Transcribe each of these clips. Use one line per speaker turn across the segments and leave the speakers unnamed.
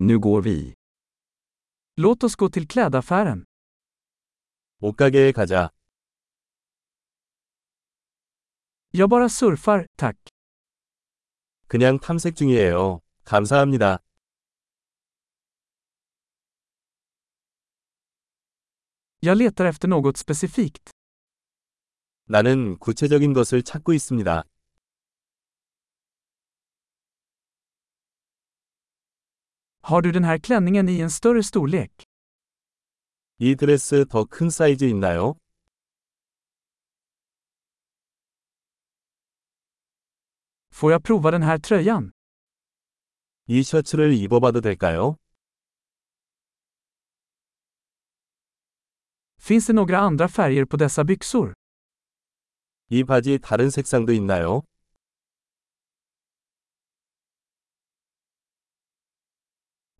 Nu går vi.
Låt oss gå till klädaffären.
옷가게에 가자.
Jag bara surfar, tack.
그냥 탐색 중이에요. 감사합니다.
Jag letar efter något specifikt.
나는 구체적인 것을 찾고 있습니다.
Har du den här klänningen i en större storlek?
이 드레스 더 큰 사이즈 있나요?
Får jag prova den här tröjan?
이 셔츠를 입어봐도 될까요?
Finns det några andra färger på dessa byxor?
이 바지 다른 색상도 있나요?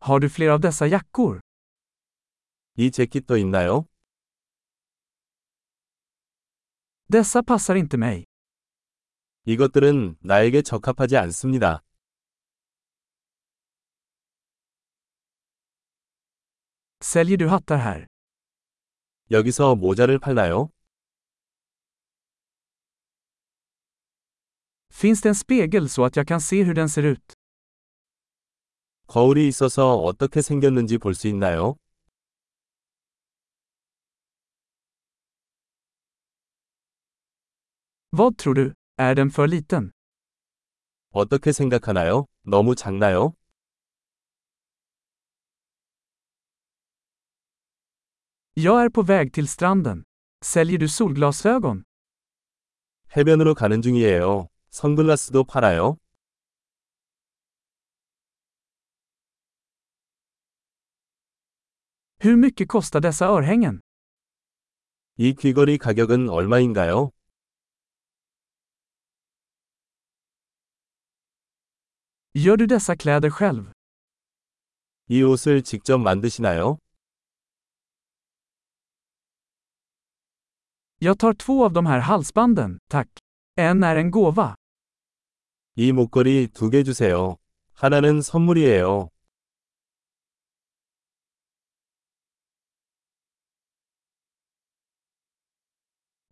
Har du fler av dessa jackor?
이 재킷도 있나요?
Dessa passar inte mig.
이것들은 나에게 적합하지 않습니다.
Säljer du hattar här?
여기서 모자를 팔나요?
Finns det en spegel så att jag kan se hur den ser ut?
거울이 있어서 어떻게 생겼는지 볼 수 있나요?
Vad tror du? Är den för liten?
어떻게 생각하나요? 너무 작나요?
Jag är på väg till stranden. Säljer du solglasögon?
해변으로 가는 중이에요. 선글라스도 팔아요?
Hur mycket kostar dessa örhängen?
이 귀걸이 가격은 얼마인가요?
Gör du dessa kläder själv?
이 옷을 직접 만드시나요?
Jag tar två av de här halsbanden, tack. En är en gåva.
이 목걸이 두 개 주세요. 하나는 선물이에요.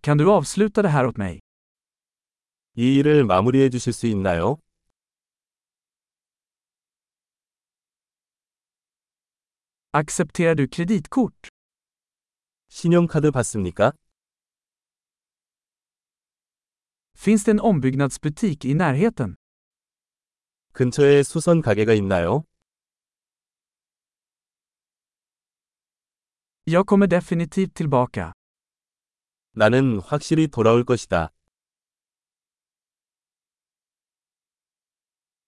Kan du avsluta det här åt mig?
이 일을 마무리해 주실 수 있나요?
Accepterar du kreditkort?
신용카드 받습니까?
Finns det en ombyggnadsbutik i närheten?
근처에 수선 가게가 있나요?
Jag kommer definitivt tillbaka.
나는 확실히 돌아올 것이다.